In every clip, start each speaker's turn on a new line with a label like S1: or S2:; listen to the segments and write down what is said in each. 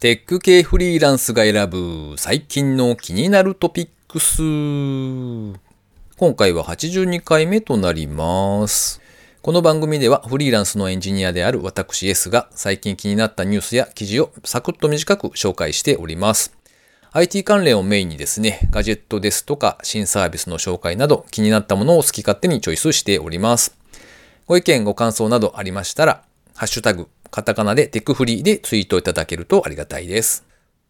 S1: テック系フリーランスが選ぶ最近の気になるトピックス。今回は82回目となります。この番組ではフリーランスのエンジニアである私 S が最近気になったニュースや記事をサクッと短く紹介しております。IT 関連をメインにですね、ガジェットですとか新サービスの紹介など気になったものを好き勝手にチョイスしております。ご意見、ご感想などありましたら、ハッシュタグ、カタカナでテクフリーでツイートいただけるとありがたいです。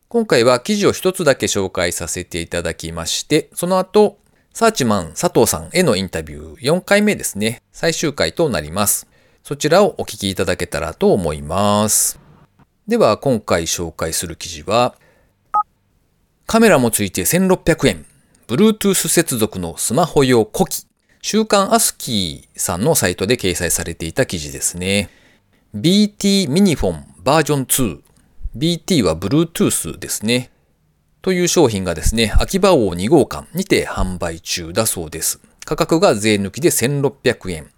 S1: 今回は記事を一つだけ紹介させていただきまして、その後、サーチマン佐藤さんへのインタビュー4回目ですね、最終回となります。そちらをお聞きいただけたらと思います。では今回紹介する記事は、カメラもついて1600円。Bluetooth 接続のスマホ用古機。週刊アスキーさんのサイトで掲載されていた記事ですね。BT ミニフォンバージョン2。BT は Bluetooth ですね。という商品がですね、秋葉王2号館にて販売中だそうです。価格が税抜きで1600円。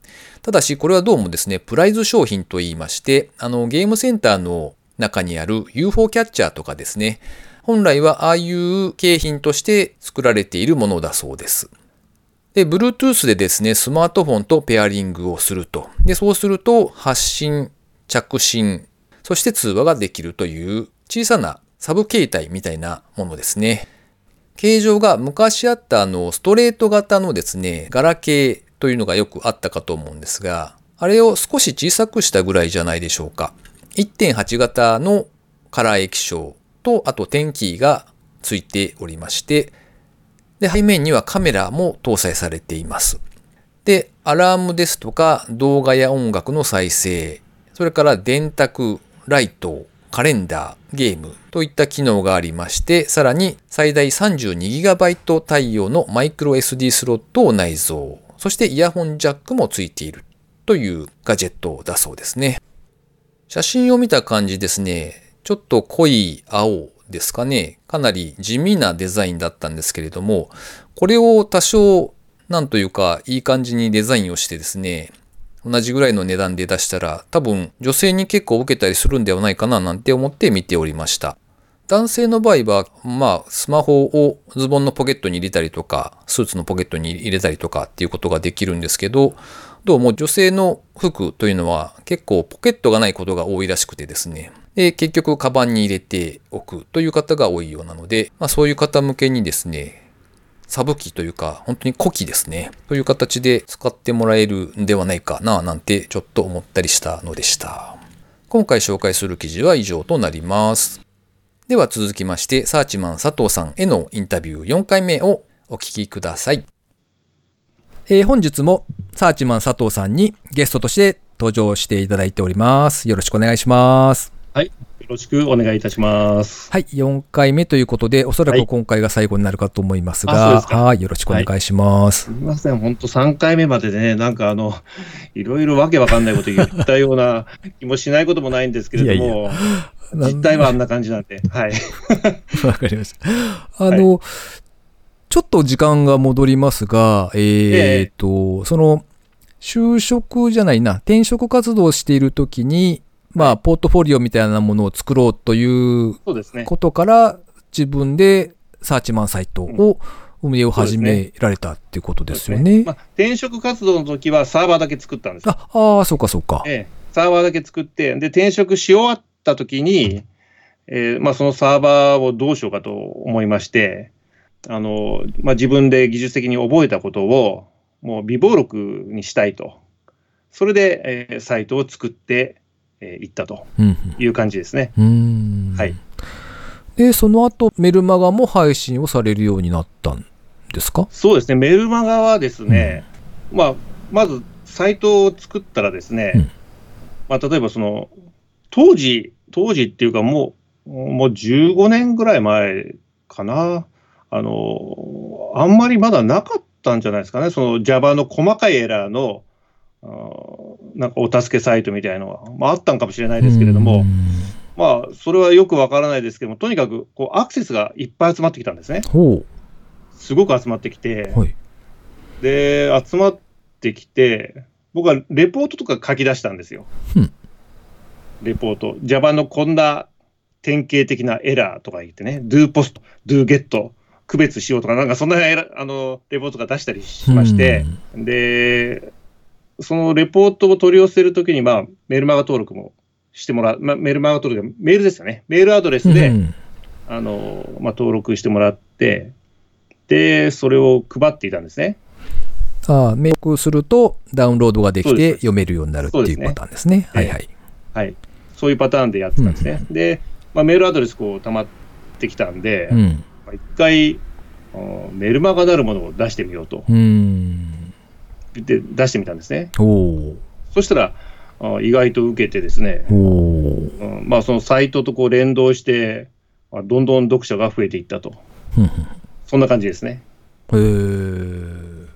S1: ただし、これはどうもですね、プライズ商品と言いまして、あの、ゲームセンターの中にある UFO キャッチャーとかですね、本来はああいう景品として作られているものだそうです。で、Bluetooth でですね、スマートフォンとペアリングをすると。で、そうすると、発信、着信、そして通話ができるという小さなサブ形態みたいなものですね。形状が昔あったあの、ストレート型のですね、ガラケーというのがよくあったかと思うんですが、あれを少し小さくしたぐらいじゃないでしょうか。1.8型のカラー液晶と、あと点キーがついておりまして、で、背面にはカメラも搭載されています。で、アラームですとか動画や音楽の再生、それから電卓、ライト、カレンダー、ゲームといった機能がありまして、さらに最大 32GB 対応のマイクロ SD スロットを内蔵、そしてイヤホンジャックもついているというガジェットだそうですね。写真を見た感じですね、ちょっと濃い青ですかね、かなり地味なデザインだったんですけれども、これを多少、なんというか、いい感じにデザインをしてですね、同じぐらいの値段で出したら、多分女性に結構受けたりするんではないかななんて思って見ておりました。男性の場合は、まあ、スマホをズボンのポケットに入れたりとか、スーツのポケットに入れたりとかっていうことができるんですけど、どうも女性の服というのは結構ポケットがないことが多いらしくてですね。で、結局、カバンに入れておくという方が多いようなので、まあそういう方向けにですね、サブ機というか、本当に古機ですね。という形で使ってもらえるんではないかな、なんてちょっと思ったりしたのでした。今回紹介する記事は以上となります。では続きまして、サーチマン佐藤さんへのインタビュー4回目をお聞きください。えー本日もサーチマン佐藤さんにゲストとして登場していただいております。よろしくお願いします。
S2: よろしくお願いいたします。
S1: はい、4回目ということで、おそら
S2: は
S1: く
S2: い
S1: 今回が最後になるかと思います
S2: あそう
S1: が、
S2: ですか
S1: はい、よろしくお願いします。
S2: すみません、本当3回目まででね、なんかあの、いろいろわけわかんないこと言ったような気もしないこともないんですけれども、
S1: なん
S2: 実態はあんな感じなんで、はい。
S1: わかりました。あの、ちょっと時間が戻りますが、えーっと、その、就職じゃないな、転職活動をしているときに、まあ、ポートフォリオみたいなものを作ろうという
S2: そうですね。
S1: ことから、自分でサーチマンサイトを運営を始められたっていうことですよね
S2: ま。あ、転職活動の時はサーバーだけ作ったんですよ。
S1: あ、ああ、そうかそうか。
S2: ええ、サーバーだけ作って、で、転職し終わった時に、えーまあ、そのサーバーをどうしようかと思いまして、あのまあ、自分で技術的に覚えたことを、もう微暴録にしたいと。それで、えーサイトを作ってい、えー行ったと
S1: うんうん、
S2: いう感じですね。
S1: うーん
S2: はい。
S1: で、その後、メルマガも配信をされるようになったんですか
S2: そうですね、メルマガはですね、まあ、まずサイトを作ったらですね、
S1: うん
S2: まあ、例えばその当時、当時っていうかもう、もう15年ぐらい前かな、あのあんまりまだなかったんじゃないですかね、その Java の細かいエラーの、あーなんかお助けサイトみたいなのは、まあ、あったんかもしれないですけれど
S1: うー
S2: も、
S1: ん
S2: まあ、それはよくわからないですけども、とにかくこうアクセスがいっぱい集まってきたんですね、
S1: ほ
S2: すごく集まってきて
S1: う。。はい。
S2: で、集まってきて、僕はレポートとか書き出したんですよ
S1: うん。
S2: レポート。Java のこんな典型的なエラーとか言ってね、do post、do get、区別しようとか、なんかそんなエラあのレポートが出したりしまして、で、そのレポートを取り寄せるときに、まあ、メールマガ登録もしてもらう、まあ、メールマガ登録、メールですよね、メールアドレ
S1: う
S2: ス
S1: ん、
S2: で、
S1: うん
S2: あのまあ、登録してもらって、で、それを配っていたんですね。
S1: ああ、メールするとダウンロードができ
S2: そう
S1: て
S2: です
S1: 読めるようになるっていうパターンですね。は
S2: そうで
S1: い
S2: すね
S1: はい。
S2: はい、そういうパターンでやってたんですね。で、まあ、メールアドレスこう溜まってきたんで、
S1: う
S2: ま
S1: ん。
S2: あ一回あーメルマガなるものを出してみようと
S1: うん。
S2: 言って出してみたんですね。
S1: おお
S2: そしたらあー意外と受けてですね、
S1: おお
S2: うんまあ、そのサイトとこう連動して、まあ、どんどん読者が増えていったと、
S1: ふん
S2: そんな感じですね。
S1: へー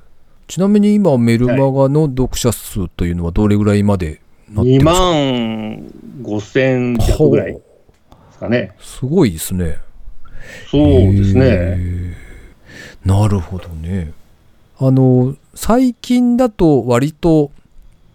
S1: ちなみに今メルマガの読者数というのはどれぐらいまでなって
S2: 2
S1: ますか、
S2: 万5千弱ぐらいで
S1: ほう
S2: すかね。
S1: すごいですね。
S2: そうです
S1: へ
S2: ね。
S1: ー。なるほどね。あの最近だと割と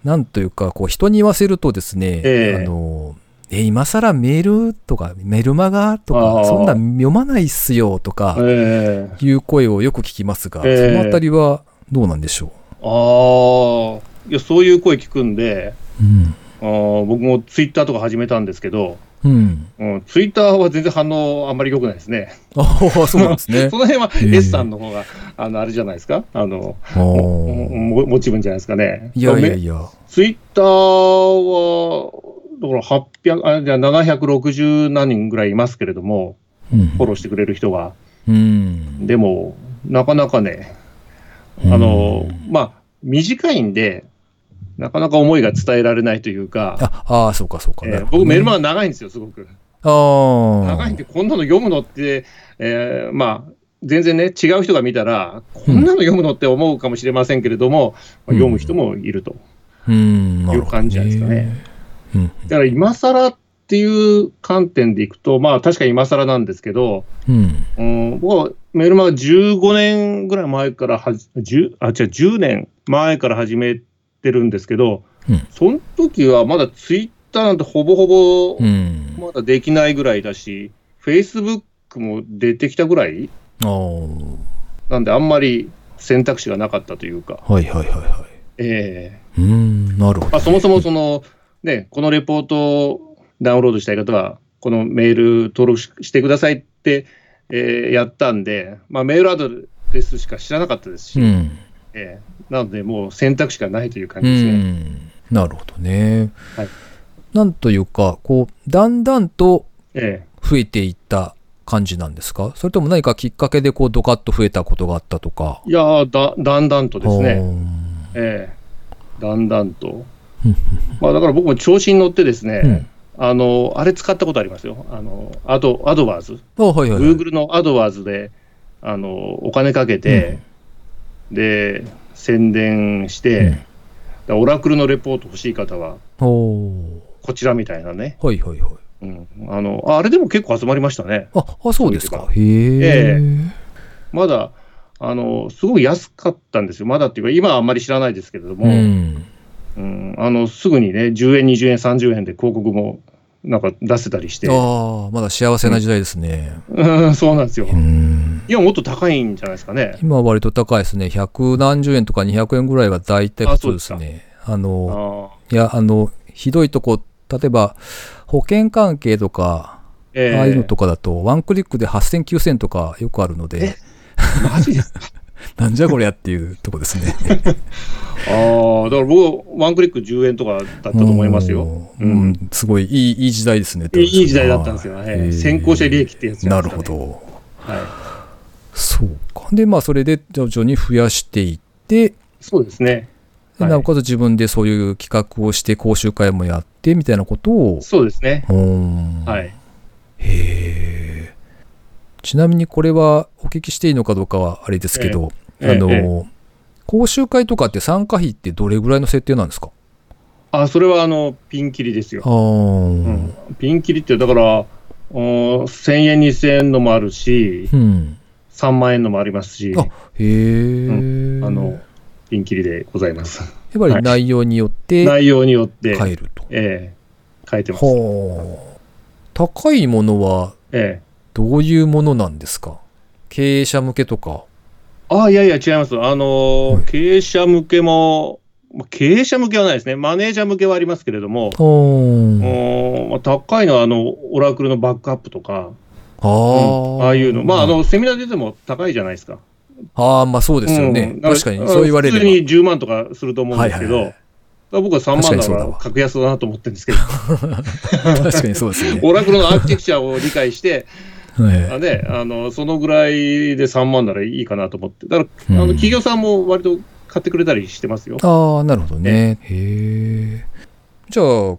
S1: なんというかこう人に言わせるとですね、
S2: ええ
S1: あのえ今更メールとかメルマガと
S2: あ
S1: か
S2: あ
S1: そんなん読まないっすよとか
S2: ええ
S1: いう声をよく聞きますが、
S2: ええ
S1: そのあたりはどうなんでしょ
S2: ああ、いや、そういう声聞くんで、
S1: う。うん。
S2: あー僕もツイッターとか始めたんですけど、
S1: うん。
S2: うん、ツイッターは全然反応あんまり良くないですね。
S1: あ あ、そうなんですね
S2: そ。の辺は
S1: ええ
S2: S さんの方が、あの、あれじゃないですかあの、
S1: あ
S2: も
S1: ー
S2: も持ち分じゃないですかね。
S1: いやいやい
S2: め
S1: や。
S2: ツイッターは、だから800、あ、じゃあ760何人ぐらいいますけれども、
S1: うん
S2: フォローしてくれる人が。
S1: うん。
S2: でも、なかなかね、あの、まあ、短いんで、なかなか思いが伝えられないというか、
S1: ああー、そうかそうか。
S2: え
S1: な
S2: ー
S1: るほど
S2: 僕、メールマ
S1: ね
S2: ガ長いんですよ、すごく。
S1: ああ。
S2: 長いんで、こんなの読むのって、えーまあ、全然ね、違う人が見たら、こんなの読むのって思うかもしれませんけれども、
S1: うん
S2: まあ読む人もいると。
S1: うん、なる
S2: いう
S1: ほど
S2: 感じじゃないですかね。
S1: うん
S2: だから、今更っていう観点でいくと、まあ、確かに今更なんですけど、
S1: うん。
S2: うん、僕はメールマガ15年ぐらい前からはじ、10あ、違う、10年前から始めてるんですけど、
S1: うん
S2: その時はまだツイッターなんてほぼほぼ
S1: うん。
S2: まだできないぐらいだし、フェイスブックも出てきたぐらい
S1: ああ。
S2: なんで、あんまり選択肢がなかったというか、
S1: はいはいはいは
S2: え
S1: い。うん、なるほ
S2: ーま
S1: ど。
S2: あ、そもそもその、 ね、このレポートをダウンロードしたい方は、このメール登録ししてくださいって、えーやったんで、まあ、メールアドレスしか知らなかったですし、
S1: うん。
S2: えーなので、もう選択肢がないという感
S1: う
S2: じですね。
S1: ん。なるほどね。
S2: はい
S1: なんというか、こう、だんだんと
S2: え
S1: 増えていった感じなんですかそれとも何かきっかけでこう、ドカッと増えたことがあったとか。
S2: ーいやーだ、だんだんとですね、
S1: ね。
S2: えーだんだん と
S1: うん。
S2: まあ、だから僕も調子に乗ってですね、
S1: うん
S2: あの、あれ使ったことありますよ。あの、アド、アドバーズ。
S1: あはいはいはい。
S2: Google のアドワーズであのお金かけて、で宣伝して、
S1: うん
S2: だからオラクルのレポート欲しい方は、
S1: お
S2: こちらみたいなね、
S1: ーはいはいはい。
S2: うんあのああれでも結構集まりましたね、
S1: あ、あそうですか。へ
S2: え
S1: え。
S2: まだあのすごく安かったんですよ、まだっていうか、今はあんまり知らないですけれども、
S1: う
S2: うん
S1: ん。
S2: あのすぐにね、10円、20円、30円で広告もなんか出せたりして、
S1: ああ、まだ幸せな時代ですね。
S2: うん、 そうなんですよ
S1: う。ん。
S2: 今もっと高いんじゃないですかね。
S1: 今は割と高いですね。100何十円とか200円ぐらいが大体普通ですね。あ
S2: あ
S1: の、
S2: ー
S1: いや、あの、ひどいとこ、例えば、保険関係とか、
S2: え
S1: ああいうの
S2: ー、
S1: とかだと、ワンクリックで8000、9000とかよくあるので、
S2: マジです
S1: なんじゃこりゃっていうとこですね。
S2: ああ、だから僕、ワンクリック10円とかだったと思いますよ。
S1: うん。
S2: うん
S1: うんすごいいい、いい時代ですね。
S2: いいいい時代だったんですよ。
S1: はい
S2: ええ先行者利益ってやつ
S1: な
S2: なん
S1: る
S2: ですか
S1: ほ
S2: ね
S1: ど。
S2: はい。
S1: そうか。で、まあ、それで徐々に増やしていって、
S2: そうですね。
S1: で
S2: はい
S1: なおかつ自分でそういう企画をして講習会もやってみたいなことを
S2: そうですね。
S1: うーん
S2: はい。
S1: へえちなみにこれはお聞きしていいのかどうかはあれですけど、
S2: ええ
S1: あの、
S2: え
S1: 講習会とかって参加費ってどれぐらいの設定なんですか
S2: あそれはあの、ピンキリです
S1: あ
S2: よ。
S1: あ、うん
S2: うん、ピンキリって、だから、お1000円、2000円のもあるし、3万円のもありますし、
S1: あへえ、
S2: あの、ピンキリでございます。
S1: やっぱり
S2: はい
S1: 内容によって
S2: 内容によって、
S1: 変えると、
S2: ええ変えてます。
S1: ほう高いものは
S2: ええ。
S1: どういうものなんですか経営者向けとか。
S2: ああ、いやいや、違います。あの、
S1: はい
S2: 経営者向けも、まあ経営者向けはないですね。マネージャー向けはありますけれども、う
S1: あ
S2: ーんまあ、高いのは、あの、オラクルのバックアップとか、うん
S1: あ。
S2: ああいうの。まあ、あ、の、セミナー出ても高いじゃないですか。
S1: ああ、まあそうですよ
S2: う
S1: ね
S2: ん。
S1: 確かに、そう言われ
S2: 普通
S1: れ
S2: に10万とかすると思うんですけど、
S1: はいはいはい
S2: 僕は3
S1: 確かに
S2: 万だ
S1: そ
S2: か
S1: うだ
S2: ら
S1: わ
S2: 格安だなと思ってるんで すけど、
S1: ば。確かにそうですよね。
S2: オラクルのアーキテクチャを理解 して、
S1: ええ
S2: あね、あのそのぐらいで3万ならいいかなと思って、だから、
S1: うん
S2: あの企業さんも割と買ってくれたりしてますよ。
S1: ああ、なるほどね。へえ。じゃあ、こ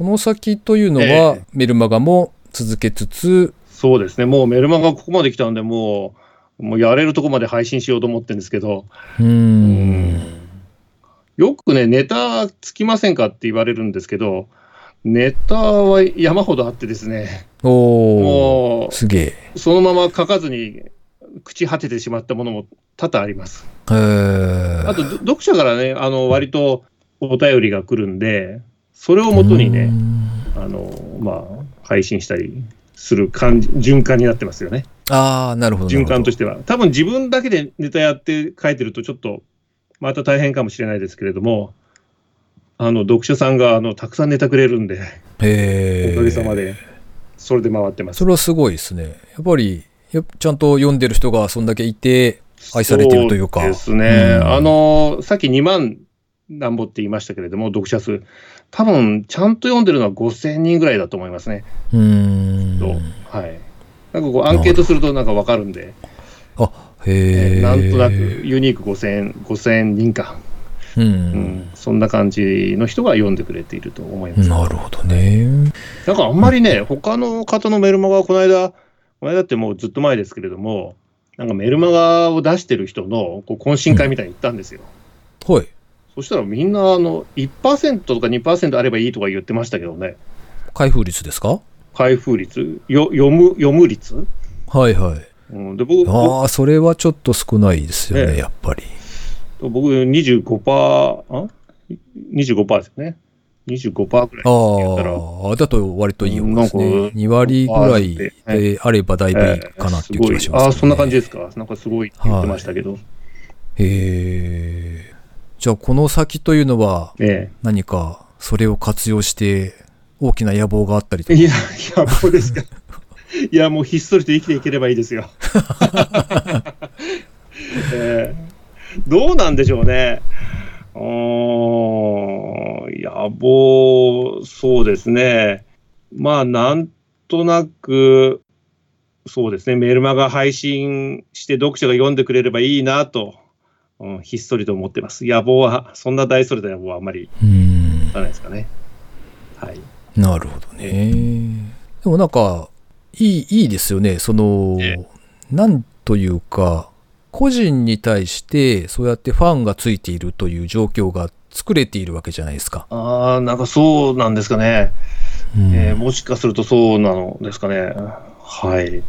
S1: の先というの
S2: え
S1: は、メルマガも続けつつ、
S2: そうですね、もうメルマガここまで来たんで、もう、もうやれるとこまで配信しようと思ってるんですけど、
S1: うーん。
S2: よくね、ネタつきませんかって言われるんですけど、ネタは山ほどあってですね、
S1: おお。
S2: もう
S1: すげえ。
S2: そのまま書かずに朽ち果ててしまったものも多々あります。
S1: へ
S2: あ
S1: ー
S2: と、ど読者からね、あの割とお便りが来るんで、それをもとに
S1: うー
S2: ね、
S1: ん
S2: あのまあ、配信したりする感じ循環になってますよね、
S1: ああ、なるほど。。
S2: 循環としてては。多分自分だけでネタやって書いてると、ちょっとまた大変かもしれないですけれども、あの読者さんがあのたくさんネタくれるんで、
S1: へえ。
S2: おかげさまで、それで回ってます
S1: そ。れはすごいですね。やっぱり、やちゃんと読んでる人がそんだけいて、愛されてるというか
S2: そうですね。
S1: うん
S2: あの、さっき2万なんぼって言いましたけれども、読者数。多分、ちゃんと読んでるのは5000人ぐらいだと思いますね。
S1: うーん。
S2: とはい。なんかこう、アンケートするとなんかわかるんで、
S1: へえ。
S2: なんとなくユニーク5000、5000人か、
S1: う。
S2: うんん。そんな感じの人が読んでくれていると思います。
S1: なるほどね。
S2: なんかあんまりね、他の方のメルマガはこの間、この間ってもうずっと前ですけれども、なんかメルマガを出してる人のこう懇親会みたいに行ったんですよ。
S1: はい。
S2: そしたらみんなあの1%とか2%あればいいとか言ってましたけどね、
S1: 開封率ですか
S2: 開封率、よ読む読む率、
S1: はいはい。
S2: うん、で僕僕
S1: ああ、それはちょっと少ないですよ
S2: え
S1: ね、
S2: え
S1: やっぱり。
S2: 僕25%、あ25%ですよね、25%ぐらい
S1: あ
S2: 言ったら
S1: あ、だと割といい方ですね。
S2: なんか
S1: 2割ぐらい
S2: え
S1: であればだいぶいいかなっていう気がします、ね
S2: えーごいあそんな感じ
S1: で
S2: ですか、なんかすごいって言ってましたけど、
S1: へえ。じゃあ、この先というのは、
S2: え
S1: 何かそれを活用して大きな野望があったりと
S2: え
S1: か
S2: いや、いや、こうですか、いや、もうひっそりと生きていければいいですよ。 ええどうなんでしょうね。うーん、野望、そうですね。まあ、なんとなく、そうですね、メルマガ配信して読者が読んでくれればいいなと、うん、ひっそりと思ってます。野望は、そんな大それた野望はあんまり
S1: うーん
S2: いかないですかね。はい。
S1: なるほどねでもなんかいいいいですよねその
S2: え
S1: なんというか個人に対してそうやってファンがついているという状況が作れているわけじゃないですか、
S2: ああ、なんかそうなんですかね、
S1: うん
S2: えーもしかするとそうなのですかね。 はい。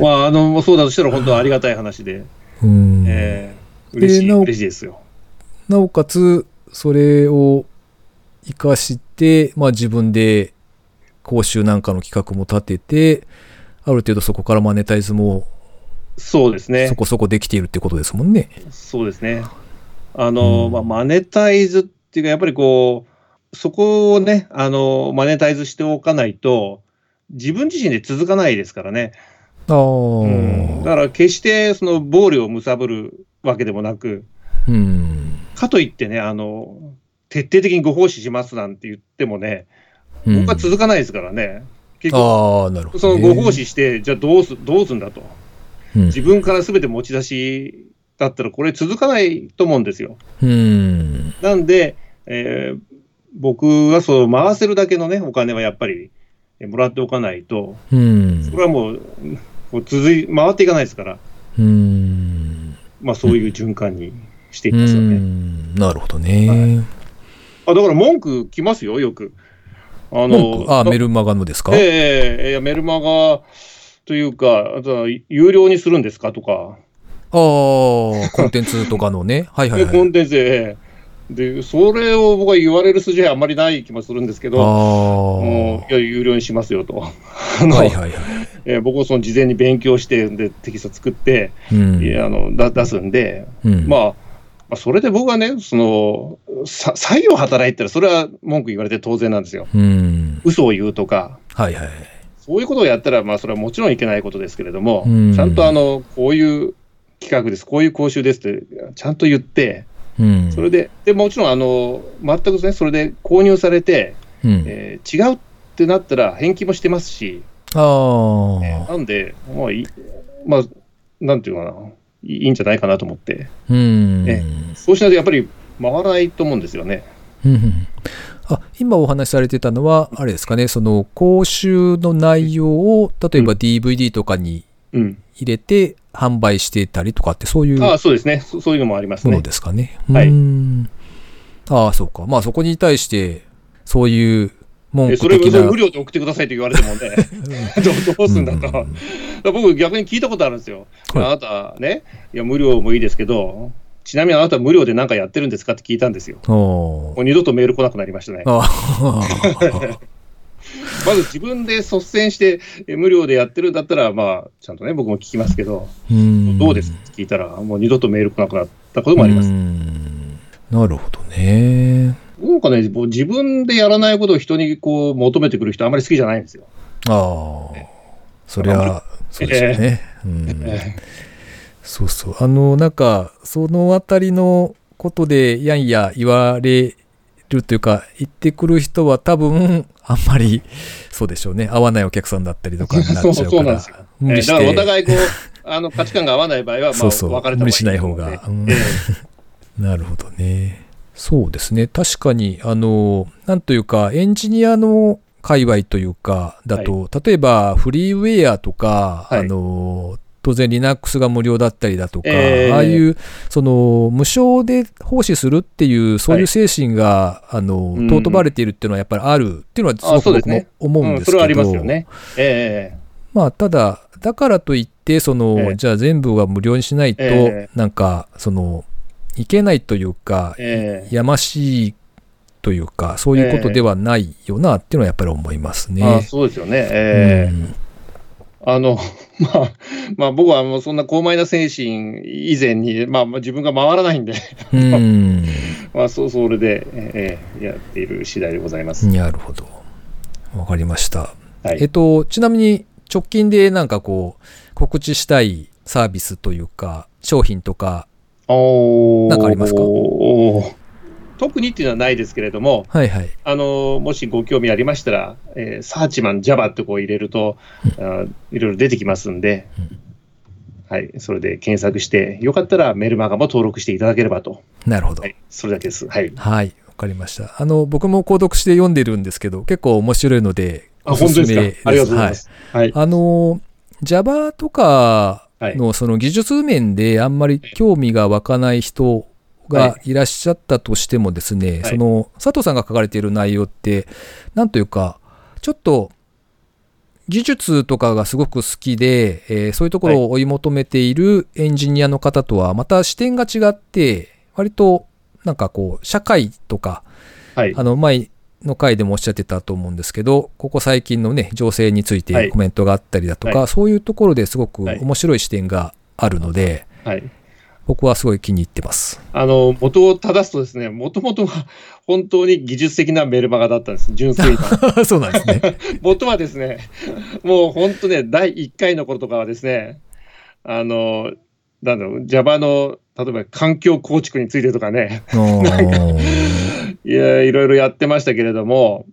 S2: まあ、あの、そうだとしたら本当ありがたい話で、
S1: うん
S2: えー嬉し
S1: で
S2: い、
S1: なお
S2: 嬉しいですよ。
S1: なおかつそれを生かして、まあ、自分で講習なんかの企画も立ててある程度そこからマネタイズも
S2: そうです
S1: そ
S2: ね。
S1: こそこできているってことですもんね。
S2: そうですね。あの、
S1: うん
S2: まあ、マネタイズっていうか、やっぱりこう、そこをね、あの、マネタイズしておかないと、自分自身で続かないですからね。
S1: ああ、
S2: うん、だから決して、その、暴利を貪るわけでもなく、
S1: うん。
S2: かといってね、あの、徹底的にご奉仕しますなんて言ってもね、
S1: うん
S2: 僕は続かないですからね。結局、
S1: ああ、なるほ
S2: そ
S1: ど、
S2: の
S1: ね。
S2: ご奉仕して、じゃあどうす、どうすんだと。
S1: うん、
S2: 自分から全て持ち出しだったら、これ続かないと思うんですよ。
S1: うん。
S2: なんで、えー僕はそう回せるだけのね、お金はやっぱりえもらっておかないと、
S1: うん。
S2: これはもう、こう続い、回っていかないですから、
S1: うん。
S2: まあそういう循環にしていき
S1: う
S2: ますよね。
S1: ん。なるほどね。
S2: はいあ、だから文句来ますよ、よく。あ
S1: 文句ああ、
S2: だ
S1: メルマガのですか、
S2: ええええいやメルマガというか、あとは有料にするんですかとか、
S1: ああ、コンテンツとかのね。はいはい
S2: でコ
S1: はい。
S2: ンテンツで、ええで、それを僕は言われる筋合いあんまりない気もするんですけ
S1: あ
S2: ど、
S1: あ。
S2: もういや有料にしますよと、あ の
S1: はいはいは
S2: えー僕はその事前に勉強して、でテキスト作って、
S1: い。うん。
S2: いやあのだ出すんで、
S1: うん、
S2: まあ、まあそれで僕はね、そのさ採用働いてたら、それは文句言われて当然なんですよ。
S1: うん。
S2: 嘘を言うとか、
S1: はいはい。
S2: そういうことをやったら、まあ、それはもちろんいけないことですけれども、
S1: うん
S2: ちゃんとあのこういう企画です、こういう講習ですって、ちゃんと言って、
S1: うん。
S2: それで、でもちろんあの、全くね、それで購入されて、
S1: うん。
S2: えー違うってなったら、返金もしてますし、
S1: ああ。
S2: なんで、まあいい、まあ、なんていうのかな、いいいんじゃないかなと思って、
S1: うん。
S2: えそうしないとやっぱり回らないと思うんですよね。
S1: うんうんあ今お話しされてたのは、あれですかね、その講習の内容を、例えば
S2: う
S1: DVD とかに
S2: うん、
S1: 入れて販売してたりとかって、そういう
S2: あ
S1: も
S2: あそうですねそ、そういうのもありますね
S1: の。ですかね。
S2: はいう
S1: ーんああ、そうか。まあそこに対して、そういう文
S2: え
S1: 句
S2: それを
S1: 的な。
S2: 無料で送ってくださいと言われてもね、 どうどうすんだと、だ
S1: うん
S2: から僕、逆に聞いたことあるんですよ、
S1: はい
S2: あなたね、いや、無料もいいですけど、ちなみにあなた、無料で何かやってるんですかって聞いたんですよ、
S1: お
S2: もう二度とメール来なくなりましたね、
S1: あ あ
S2: まず自分で率先して、え無料でやってるんだったら、まあ、ちゃんとね、僕も聞きますけど、
S1: うん
S2: どうですかって聞いたら、もう二度とメール来なくなったこともあります。
S1: うんなるほどね。
S2: なんかね、もう自分でやらないことを人にこう求めてくる人、あんまり好きじゃないんですよ。
S1: ああ、そりゃ、そうですよ ね。うん
S2: え
S1: そうそう。あの、なんか、そのあたりのことで、やんや言われるというか、言ってくる人は多分、あんまり、そうでしょうね。合わないお客さんだったりとかになっちゃ
S2: そうう
S1: か
S2: そ
S1: ら。
S2: うなんですよ。
S1: 無理して。
S2: えーだからお互いこう、 あの価値観が合わない場合は、まあ、
S1: そうそう
S2: 別れた
S1: 無理しない方が
S2: いいと
S1: う
S2: 思うん
S1: ん
S2: でえ
S1: なるほどね。そうですね。確かに、あの、なんというか、エンジニアの界隈というか、だと、例えばフリーウェアとか、
S2: はい
S1: あの、当然 Linux が無料だったりだとか、
S2: ええ
S1: ああいう、その、無償で奉仕するっていう、そういう精神が、あの
S2: う、ん
S1: 尊ばれているっていうのはやっぱりあるっていうのは、すご
S2: あそ
S1: く
S2: うで
S1: 僕
S2: すね
S1: も思うん
S2: え
S1: ですけど、
S2: うんそれはありますよね。え
S1: まあ、ただ、だからといって、その、
S2: ええ
S1: じゃあ全部は無料にしないと、
S2: え
S1: なんか、その、いけないというか、
S2: えええ
S1: やましいというか、そういうことではないよなっていうのはやっぱり思いますね。
S2: あそうですよね。ええ
S1: うん
S2: あの、 まあ、まあ、僕はもうそんな高邁な精神以前に、まあ、まあ自分が回らないんで、
S1: うん。
S2: まあ、そう、それで、ええええやっている次第でございます。
S1: なるほど。わかりました。
S2: は
S1: えっ
S2: い。
S1: と、ちなみに直近でなんかこう、告知したいサービスというか、商品とか、
S2: おー
S1: なんかありますか
S2: おー特にっていうのはないですけれども、
S1: はいはい。
S2: あのもしご興味ありましたら、えーサーチマン Java ってこう入れると、あーいろいろ出てきますんで、はい、それで検索して、よかったらメルマガも登録していただければと、
S1: なるほど
S2: は。い、それだけです。はい、
S1: はい。わかりました。あの、僕も購読して読んでるんですけど、結構面白いので、
S2: あ
S1: おす
S2: 本
S1: す
S2: 当
S1: め
S2: ですかありがとうございま。す。はい、
S1: あの、Java とかのその技術面であんまり興味が湧かない人がいらっしゃったとしてもですね、
S2: はい
S1: その佐藤さんが書かれている内容って、なんというか、ちょっと技術とかがすごく好きで、えーそういうところを追い求めているエンジニアの方とはまた視点が違って、割となんかこう、社会とか、
S2: はい、
S1: あの、前の回でもおっしゃってたと思うんですけど、ここ最近のね、情勢につい
S2: は
S1: て
S2: い
S1: コメントがあったりだとか、
S2: は
S1: そういうところですごく
S2: はい
S1: 面白い視点があるので、
S2: はい。
S1: 僕はすごい気に入って ます。
S2: あの、元を正すとですね、もともとは本当に技術的なメルマガだったんです、純粋な。
S1: そうなんです ね。
S2: 元はですね、もう本当ね、第1回の頃とかはですね、あの、なんだろう、Java の、例えば環境構築についてと かね、
S1: おー
S2: いや、いろいろやってましたけれども、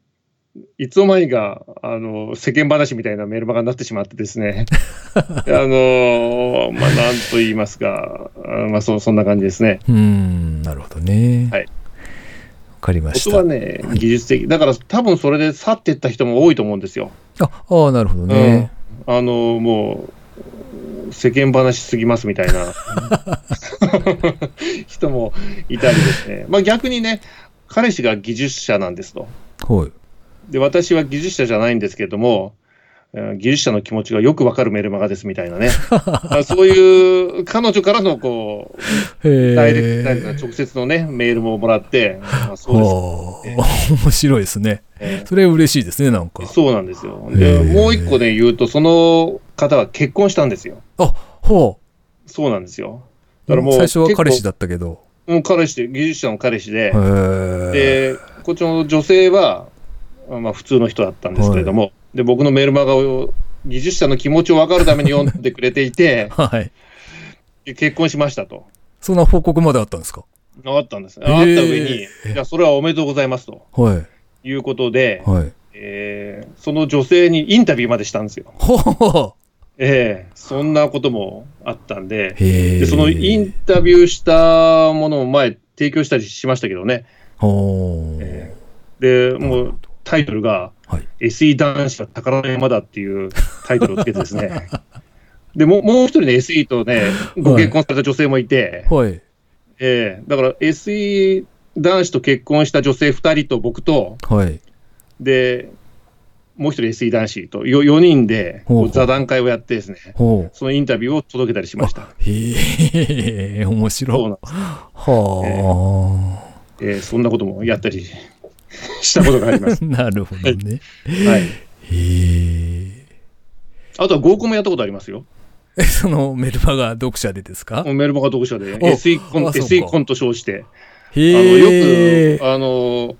S2: いつの間にか、あの、世間話みたいなメールマガになってしまってで すね、あの、まあ、なんと言いますか、あまあ、そう、そんな感じですね。
S1: うーん、なるほどね。
S2: はい
S1: わかりまし
S2: 音は
S1: た。
S2: ね、技術的、だから多分それで去っていった人も多いと思うんですよ。
S1: あ、ああ、なるほどね。
S2: あのもう世間話すぎますみたいな 人もいたりですね、まあ、逆にね、彼氏が技術者なんですと、
S1: はい。
S2: で私は技術者じゃないんですけども、えー技術者の気持ちがよくわかるメルマガですみたい なね。あそういう彼女からのこう、ダイレクトダイレクトな直接のね、メールももらって、あそうです
S1: おー 面白いですね。
S2: えー
S1: それ嬉しいですね、なんか。
S2: そうなんですよ。
S1: へ
S2: で、
S1: ー
S2: もう一個ね、言うと、その方は結婚したんですよ。
S1: あ、ほ
S2: そうなんですよ。
S1: う。
S2: だからもう
S1: 最初は彼氏
S2: だ。
S1: だったけど。
S2: うん彼氏で、技術者の彼氏で、
S1: へー、
S2: で、こっちの女性は、あまあ、普通の人だったんですけれども、で僕のメールマガを、技術者の気持ちを分かるために読んでくれていて
S1: はい。
S2: で結婚しましたと。
S1: そんな報告まであったんですか
S2: あったんですね。
S1: へー
S2: あった上に、じゃあそれはおめでとうございますと
S1: はい。
S2: いうことで、
S1: はい。
S2: えーその女性にインタビューまでしたんですよ。
S1: ほう。
S2: ええそんなこともあったんで、
S1: へ
S2: でそのインタビューしたものを前、提供したりしましたけどね、
S1: ほう。
S2: ええでもうタイトルが、
S1: はい
S2: SE 男子は宝の山だっていうタイトルをつけてですね、でもうもう一人ね、SE とね、ご結婚された女性もいて、
S1: はい。
S2: ええだから SE 男子と結婚した女性2人と僕と、
S1: はい。
S2: でもう一人 SE 男子とよ4人で
S1: ほうほう
S2: 座談会をやってですね、
S1: ほう。
S2: そのインタビューを届けたりしました。
S1: へえ、面白い。
S2: そうなんです
S1: は
S2: えーそんなこともやったりしたことがあります。
S1: あ、なるほどね。
S2: はい、
S1: へえ。
S2: あとは合コンもやったことありますよ。
S1: え、そのメルマガ読者でですか
S2: メルマガ読者で
S1: お
S2: SE コン
S1: あそうか
S2: SE コンと称して、あの
S1: へ
S2: よ
S1: え。
S2: くあの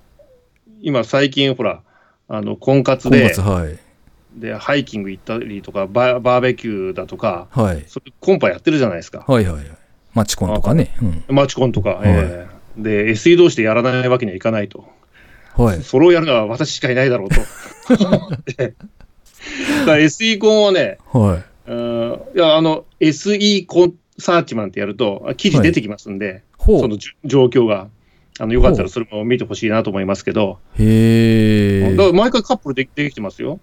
S2: 今、最近、ほら、あの婚活
S1: 今
S2: で
S1: 月、はい。
S2: でハイキング行ったりとかバー、バーベキューだとか、
S1: はい。
S2: それコンパやってるじゃないですか、
S1: はいはいはい。マチコンとかね。うん。
S2: マチコンとか、
S1: い
S2: えーで、SE 同士でやらないわけにはいかないと。
S1: はい。
S2: それをやるのは私しかいないだろうと。 でだから SE コンはね、
S1: は
S2: うんいやあの SE コンサーチマンってやると、記事出てきますんで、
S1: い。ほ
S2: そうの。じゅ状況が。あのよかった
S1: ほう
S2: らそれも見てほしいなと思いますけど、
S1: へえ
S2: だ。から毎回カップルでできてますよ。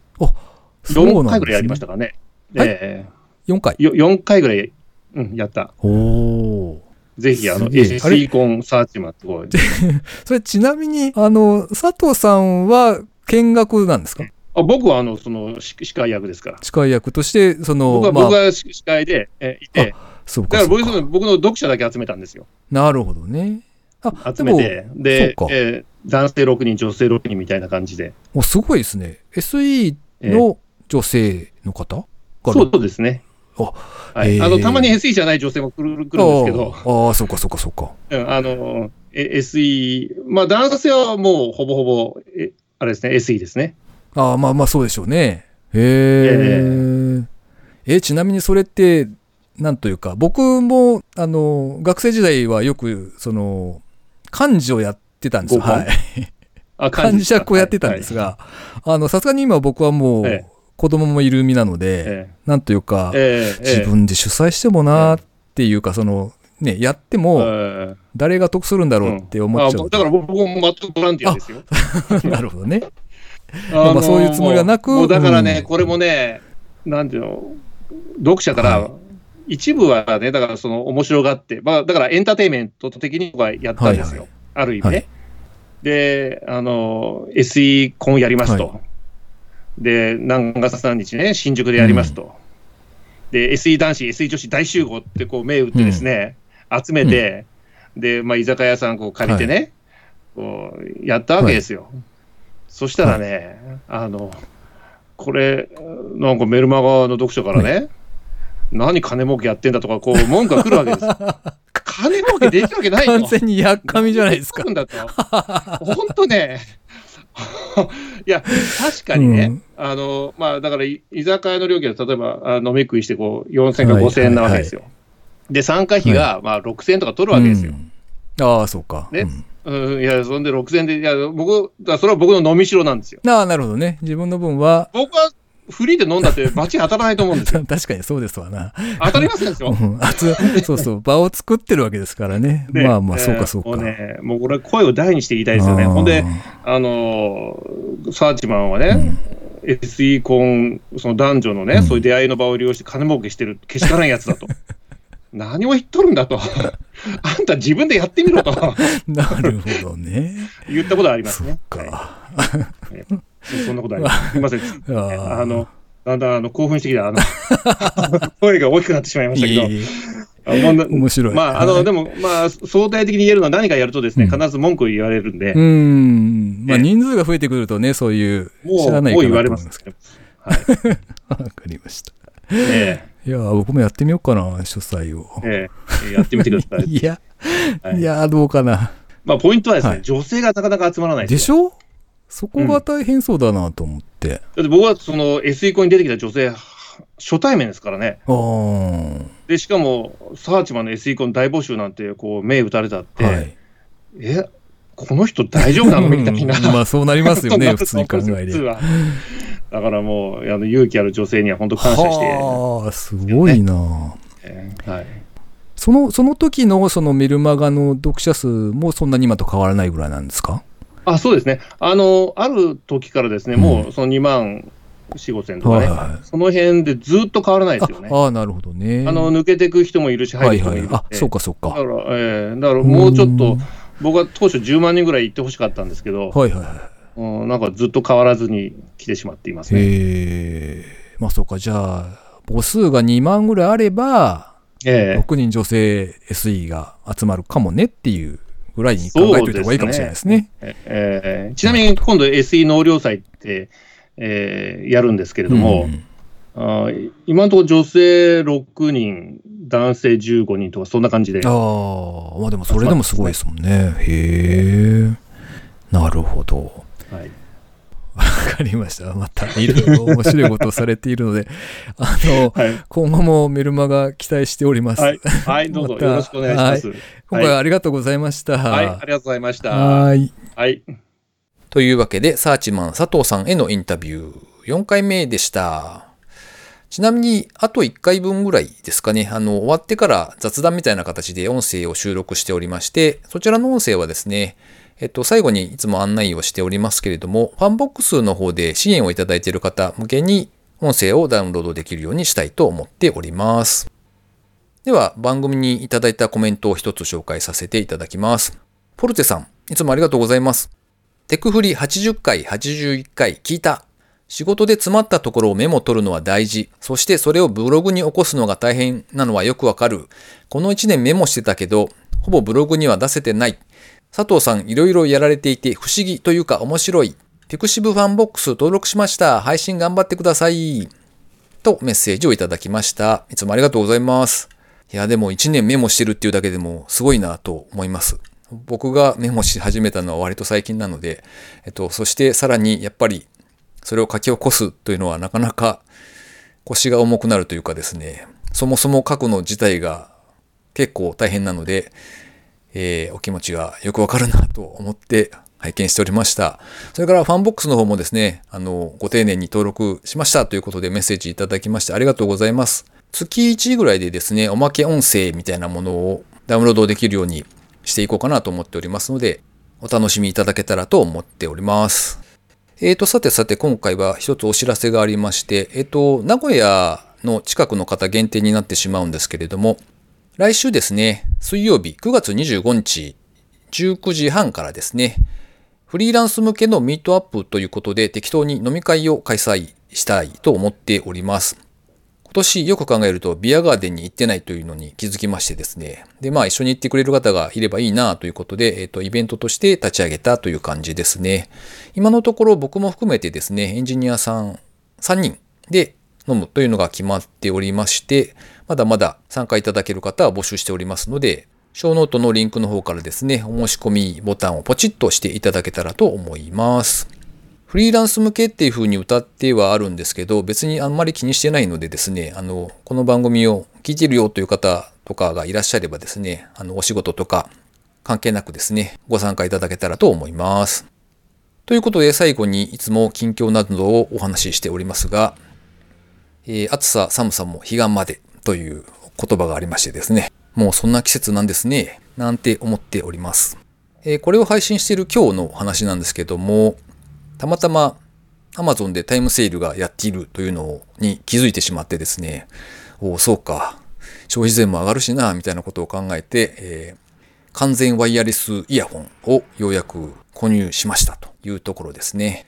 S2: 4回ぐらいやりましたからね。
S1: はい
S2: え
S1: 4回。
S2: えよ4回ぐらい、うん、やった。
S1: おお。
S2: ぜひ、あの、
S1: すげえあれ
S2: SE コンサーチマンってこう
S1: それちなみに、あの、佐藤さんは見学なんですか
S2: あ僕はあのその司司会役ですから。
S1: 司会役として、その、
S2: 僕は、
S1: ま
S2: 僕
S1: あ、
S2: は司司会で、えいて、
S1: そう
S2: だ
S1: か
S2: か
S1: そ
S2: ら
S1: う
S2: 僕
S1: か。
S2: の僕の読者だけ集めたんですよ。
S1: なるほどね。あ、
S2: 集めて、で
S1: そう、か
S2: えー男性6人、女性6人みたいな感じで、
S1: もうすごいですね。SE
S2: えー
S1: の女性の方から。
S2: そうですね。
S1: あ
S2: はい
S1: へー
S2: あのたまに SE じゃない女性も来る来るんですけど、
S1: ああ、そうかそうかそうか。
S2: うんあのえ SE、まあ、男性はもうほぼほぼ、えあれですね、SE ですね。
S1: ああ、まあまあそうでしょうね。へえ。え、ちなみにそれって、なんというか、僕も、あの、学生時代はよく、その、漢字をやってたんですよ。
S2: 合コン
S1: はい。
S2: あ
S1: 漢字尺をやってたんです。
S2: はい
S1: が、あの、さすがに今僕はもう
S2: ええ、
S1: 子供もいる身なの
S2: はい
S1: で、
S2: え
S1: なんというか
S2: ー、えー
S1: 自分で主催してもなーっていうか、その、ね、やって
S2: え
S1: も、
S2: ーえー
S1: 誰が得するんだろうって思っちゃ
S2: あ
S1: う。
S2: だから僕も全くボランティアですよ。
S1: なるほどね。
S2: あ
S1: まあそういうつもりはなく
S2: もうもうだから
S1: う
S2: ね、
S1: ん
S2: これもね、なんていうの、読者から、
S1: はい
S2: 一部はね、だからその面白がって、まあ、だからエンターテインメント的に僕はやったんですよ、
S1: は
S2: ある意味ね。
S1: はい
S2: で、あの、SE コンやりますと。
S1: は
S2: で、何月何日ね、新宿でやりますと。で、SE 男子、SE 女子大集合ってこう銘打ってですね、集めて、で、まあ、居酒屋さんこう借りてね、こうやったわけですよ。そしたらね、あの、これ、なんかメルマガの読者からね、何金儲けやってんだとか、こう、文句が来るわけですよ。金儲けできるわけないと。
S1: 完全にやっかみじゃないですか
S2: 何。言ってるんだと。本当ね、 いや、確かにね、あの、まあ、だから、い居酒屋の料金は、例えば、あ飲み食いして、こう、4000か5000円なわけですよ。で、参加費が、まあ、6000円とか取るわけですよ
S1: う。んああ、そうか。
S2: ね
S1: うん
S2: うん、いや、そんで6000円で、いや、僕、だからそれは僕の飲みしろなんですよ。
S1: ああ、なるほどね。自分の分は、
S2: 僕はフリーで飲ん だって、罰当たらないと思うんですよ。
S1: 確かにそうですわな。
S2: 当たりますですよ。
S1: うんあつそうそう、場を作ってるわけですからね。
S2: ね
S1: まあまあ、
S2: えー
S1: そうかそうか。
S2: もうね、もうこれ、声を大にして言いたいですよね。
S1: あー
S2: ほんで、あのーサーチマンはね、SE 婚、その男女のね、
S1: うん
S2: そういう出会いの場を利用して金儲けしてる、けしからんやつだと。 何を言っとるんだと。 あんた自分でやってみろと
S1: なるほどね。
S2: 言ったことはあります
S1: そ
S2: ね
S1: っ。か。
S2: はいそんなことあります。すみませ
S1: あ
S2: ん。
S1: ー
S2: あの、だんだんあの興奮してきた、あの 声が大きくなってしまいましたけど、
S1: いい
S2: あもうな
S1: 面白い。
S2: まあ、あの、で
S1: も、
S2: も、まあ、相対的に言えるのは何かやるとですね、
S1: うん
S2: 必ず文句言われるんで
S1: う、ん。まあ
S2: ええ
S1: 人数が増えてくるとね、そういう、
S2: も
S1: 知ら
S2: う、
S1: ない
S2: もう
S1: かなと
S2: 言
S1: 思
S2: わ
S1: い
S2: れ
S1: ま
S2: ますす
S1: け
S2: けど。はい。
S1: ど。わかりました。
S2: え
S1: いやー、僕もやってみようかな、書斎を。
S2: え、ええ、やってみてください。
S1: いや、
S2: はい
S1: いやー、どうかな。
S2: まあ、ポイントはですね、
S1: はい
S2: 女性がなかなか集まらない
S1: で
S2: です
S1: しょそこが大変そうだなと思って。
S2: よ。だって僕は、その、SE 以降に出てきた女性、初対面ですからね。
S1: あー
S2: で、しかも、サーチマンの SE 以降の大募集なんて、こう、目打たれたって、
S1: はい。
S2: え、この人大丈夫 なのみたいな。
S1: まあそうなりますよ
S2: そんな
S1: ね、
S2: こ
S1: 普
S2: と
S1: 通に考え
S2: 普
S1: り
S2: 通
S1: ゃ。
S2: はだからもう、あの勇気ある女性には本当感謝して、
S1: はあ、すごいな。
S2: ええはい。
S1: その、その時のそのメルマガの読者数もそんなに今と変わらないぐらいなんですか
S2: あそうですね、あのある時からですね、
S1: うん
S2: もうその2万4、5千とか
S1: は
S2: ね、
S1: いはいはい
S2: その辺でずっと変わらないですよね。
S1: ああー、なるほどね。
S2: あの抜けていく人もいるし、入
S1: は
S2: る
S1: い
S2: 人も
S1: はいい
S2: る
S1: は
S2: ん
S1: い。
S2: で
S1: あ、そうかそう
S2: だ
S1: か。
S2: から、ええだからもうちょっと、僕は当初10万人ぐらい行ってほしかったんですけど、
S1: はいはいは
S2: うんなんかずっと変わらずに来てしまっています
S1: い。
S2: ね。
S1: へえ。まあそうか、じゃあ、母数が2万ぐらいあれば、
S2: ええ
S1: 6人女性 SE が集まるかもねっていうぐらいに考えておいた方がいいかもしれないですね。
S2: ええちなみに今度 SE 納涼祭って、ええやるんですけれども、
S1: うん
S2: あー今のところ女性6人、男性15人とか、そんな感じで。
S1: ああ、まあでもそれでもすごいですもんね。へえ。なるほど。
S2: はい
S1: わかりました。またいろいろ面白いことをされているので、あ の、
S2: はい
S1: 今後もメルマが期待しております。
S2: はい、はい、どうぞ
S1: また
S2: よろしくお願いします。はい、
S1: 今回はありがとうございました。
S2: ありがとうございました。
S1: はーい。
S2: はい。
S1: というわけで、サーチマン佐藤さんへのインタビュー4回目でした。ちなみに、あと1回分ぐらいですかね、あの、終わってから雑談みたいな形で音声を収録しておりまして、そちらの音声はですね、えっと、最後にいつも案内をしておりますけれども、ファンボックスの方で支援をいただいている方向けに、音声をダウンロードできるようにしたいと思っております。では、番組にいただいたコメントを一つ紹介させていただきます。ポルテさん、いつもありがとうございます。テクフリ80回、81回聞いた。仕事で詰まったところをメモ取るのは大事。そしてそれをブログに起こすのが大変なのはよくわかる。この1年メモしてたけど、ほぼブログには出せてない。佐藤さんいろいろやられていて不思議というか面白い。ピクシブファンボックス登録しました。配信頑張ってください。とメッセージをいただきました。いつもありがとうございます。いや、でも1年メモしてるっていうだけでもすごいなと思います。僕がメモし始めたのは割と最近なので、えっと、そしてさらにやっぱりそれを書き起こすというのはなかなか腰が重くなるというかですね、そもそも書くの自体が結構大変なので、えーお気持ちがよくわかるなと思って拝見しておりました。それからファンボックスの方もですね、あの、ご丁寧に登録しましたということでメッセージいただきましてありがとうございます。月1ぐらいでですね、おまけ音声みたいなものをダウンロードできるようにしていこうかなと思っておりますので、お楽しみいただけたらと思っております。えーと、さてさて、今回は一つお知らせがありまして、えっ、と、名古屋の近くの方限定になってしまうんですけれども、来週ですね、水曜日9月25日、19時半からですね、フリーランス向けのミートアップということで適当に飲み会を開催したいと思っております。今年よく考えるとビアガーデンに行ってないというのに気づきましてですね。で、まあ一緒に行ってくれる方がいればいいなということで、えっ、と、イベントとして立ち上げたという感じですね。今のところ僕も含めてですね、エンジニアさん3人で飲むというのが決まっておりまして、まだまだ参加いただける方は募集しておりますので、小ノートのリンクの方からですね、お申し込みボタンをポチッとしていただけたらと思います。フリーランス向けっていう風に歌ってはあるんですけど、別にあんまり気にしてないのでですね、あの、この番組を聞いてるよという方とかがいらっしゃればですね、あの、お仕事とか関係なくですね、ご参加いただけたらと思います。ということで、最後にいつも近況などをお話ししておりますが、えー暑さ、寒さも彼岸までという言葉がありましてですね、もうそんな季節なんですね、なんて思っております。えーこれを配信している今日の話なんですけども、たまたま Amazon でタイムセールがやっているというのに気づいてしまってですね、おお、そうか、消費税も上がるしな、みたいなことを考えて、えー完全ワイヤレスイヤホンをようやく購入しましたというところですね。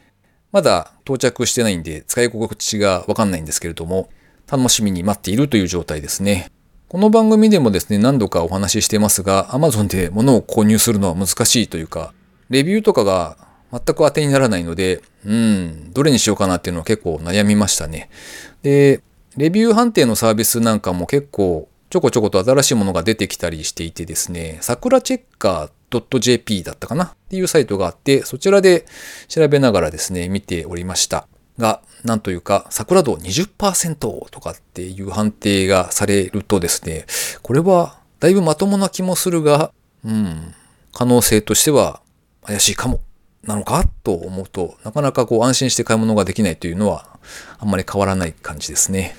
S1: まだ到着してないんで、使い心地がわかんないんですけれども、楽しみに待っているという状態ですね。この番組でもですね、何度かお話ししてますが、Amazon で物を購入するのは難しいというか、レビューとかが全く当てにならないので、うん、どれにしようかなっていうのは結構悩みましたね。で、レビュー判定のサービスなんかも結構ちょこちょこと新しいものが出てきたりしていてですね、桜チェッカー .jp だったかなっていうサイトがあって、そちらで調べながらですね、見ておりました。が、なんというか、桜度20%とかっていう判定がされるとですね、これはだいぶまともな気もするが、うん、可能性としては怪しいかも、なのかと思うと、なかなかこう安心して買い物ができないというのは、あんまり変わらない感じですね。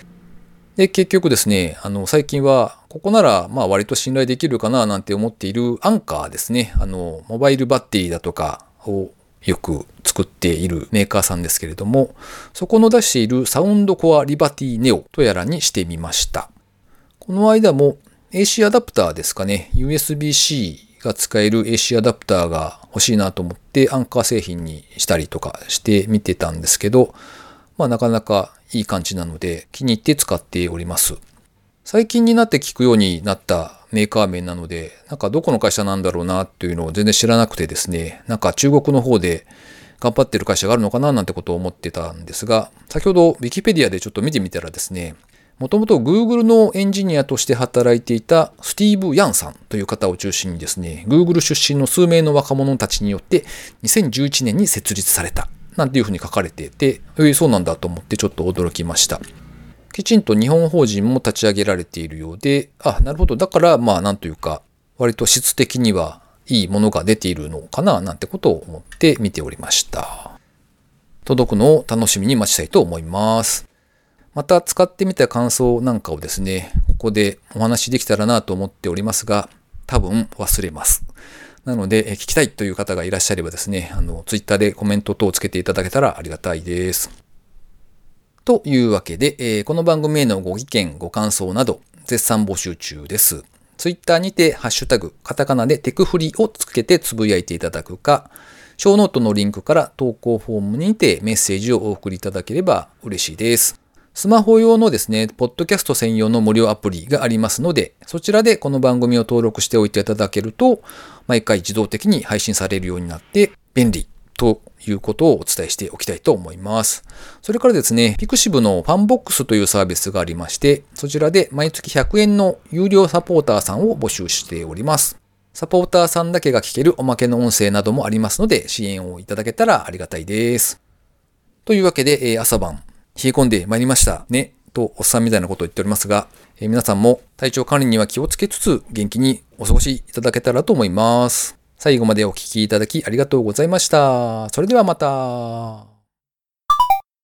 S1: で、結局ですね、あの、最近は、ここなら、まあ割と信頼できるかななんて思っているアンカーですね。あの、モバイルバッテリーだとかをよく作っているメーカーさんですけれども、そこの出しているサウンドコアリバティネオとやらにしてみました。この間も AC アダプターですかね、USB-C が使える AC アダプターが欲しいなと思ってアンカー製品にしたりとかしてみてたんですけど、まあなかなかいい感じなので気に入って使っております。最近になって聞くようになったメーカー名なので、なんかどこの会社なんだろうなっていうのを全然知らなくてですね、なんか中国の方で頑張ってる会社があるのかななんてことを思ってたんですが、先ほど Wikipedia でちょっと見てみたらですね、もともと Google のエンジニアとして働いていたスティーブ・ヤンさんという方を中心にですね、Google 出身の数名の若者たちによって2011年に設立されたなんていうふうに書かれていて、えー、そうなんだと思ってちょっと驚きました。きちんと日本法人も立ち上げられているようで、あ、なるほど。だから、まあ、なんというか、割と質的にはいいものが出ているのかな、なんてことを思って見ておりました。届くのを楽しみに待ちたいと思います。また使ってみた感想なんかをですね、ここでお話できたらなと思っておりますが、多分忘れます。なので、聞きたいという方がいらっしゃればですね、あの、ツイッターでコメント等をつけていただけたらありがたいです。というわけで、えー、この番組へのご意見、ご感想など、絶賛募集中です。ツイッターにて、ハッシュタグ、カタカナでテクフリをつけてつぶやいていただくか、小ノートのリンクから投稿フォームにてメッセージをお送りいただければ嬉しいです。スマホ用のですね、ポッドキャスト専用の無料アプリがありますので、そちらでこの番組を登録しておいていただけると、毎回自動的に配信されるようになって便利ということをお伝えしておきたいと思います。それからですね、Pixiv のファンボックスというサービスがありまして、そちらで毎月100円の有料サポーターさんを募集しております。サポーターさんだけが聞けるおまけの音声などもありますので、支援をいただけたらありがたいです。というわけで、えー、朝晩、冷え込んでまいりましたね、とおっさんみたいなことを言っておりますが、えー、皆さんも体調管理には気をつけつつ、元気にお過ごしいただけたらと思います。最後までお聴きいただきありがとうございました。それではまた。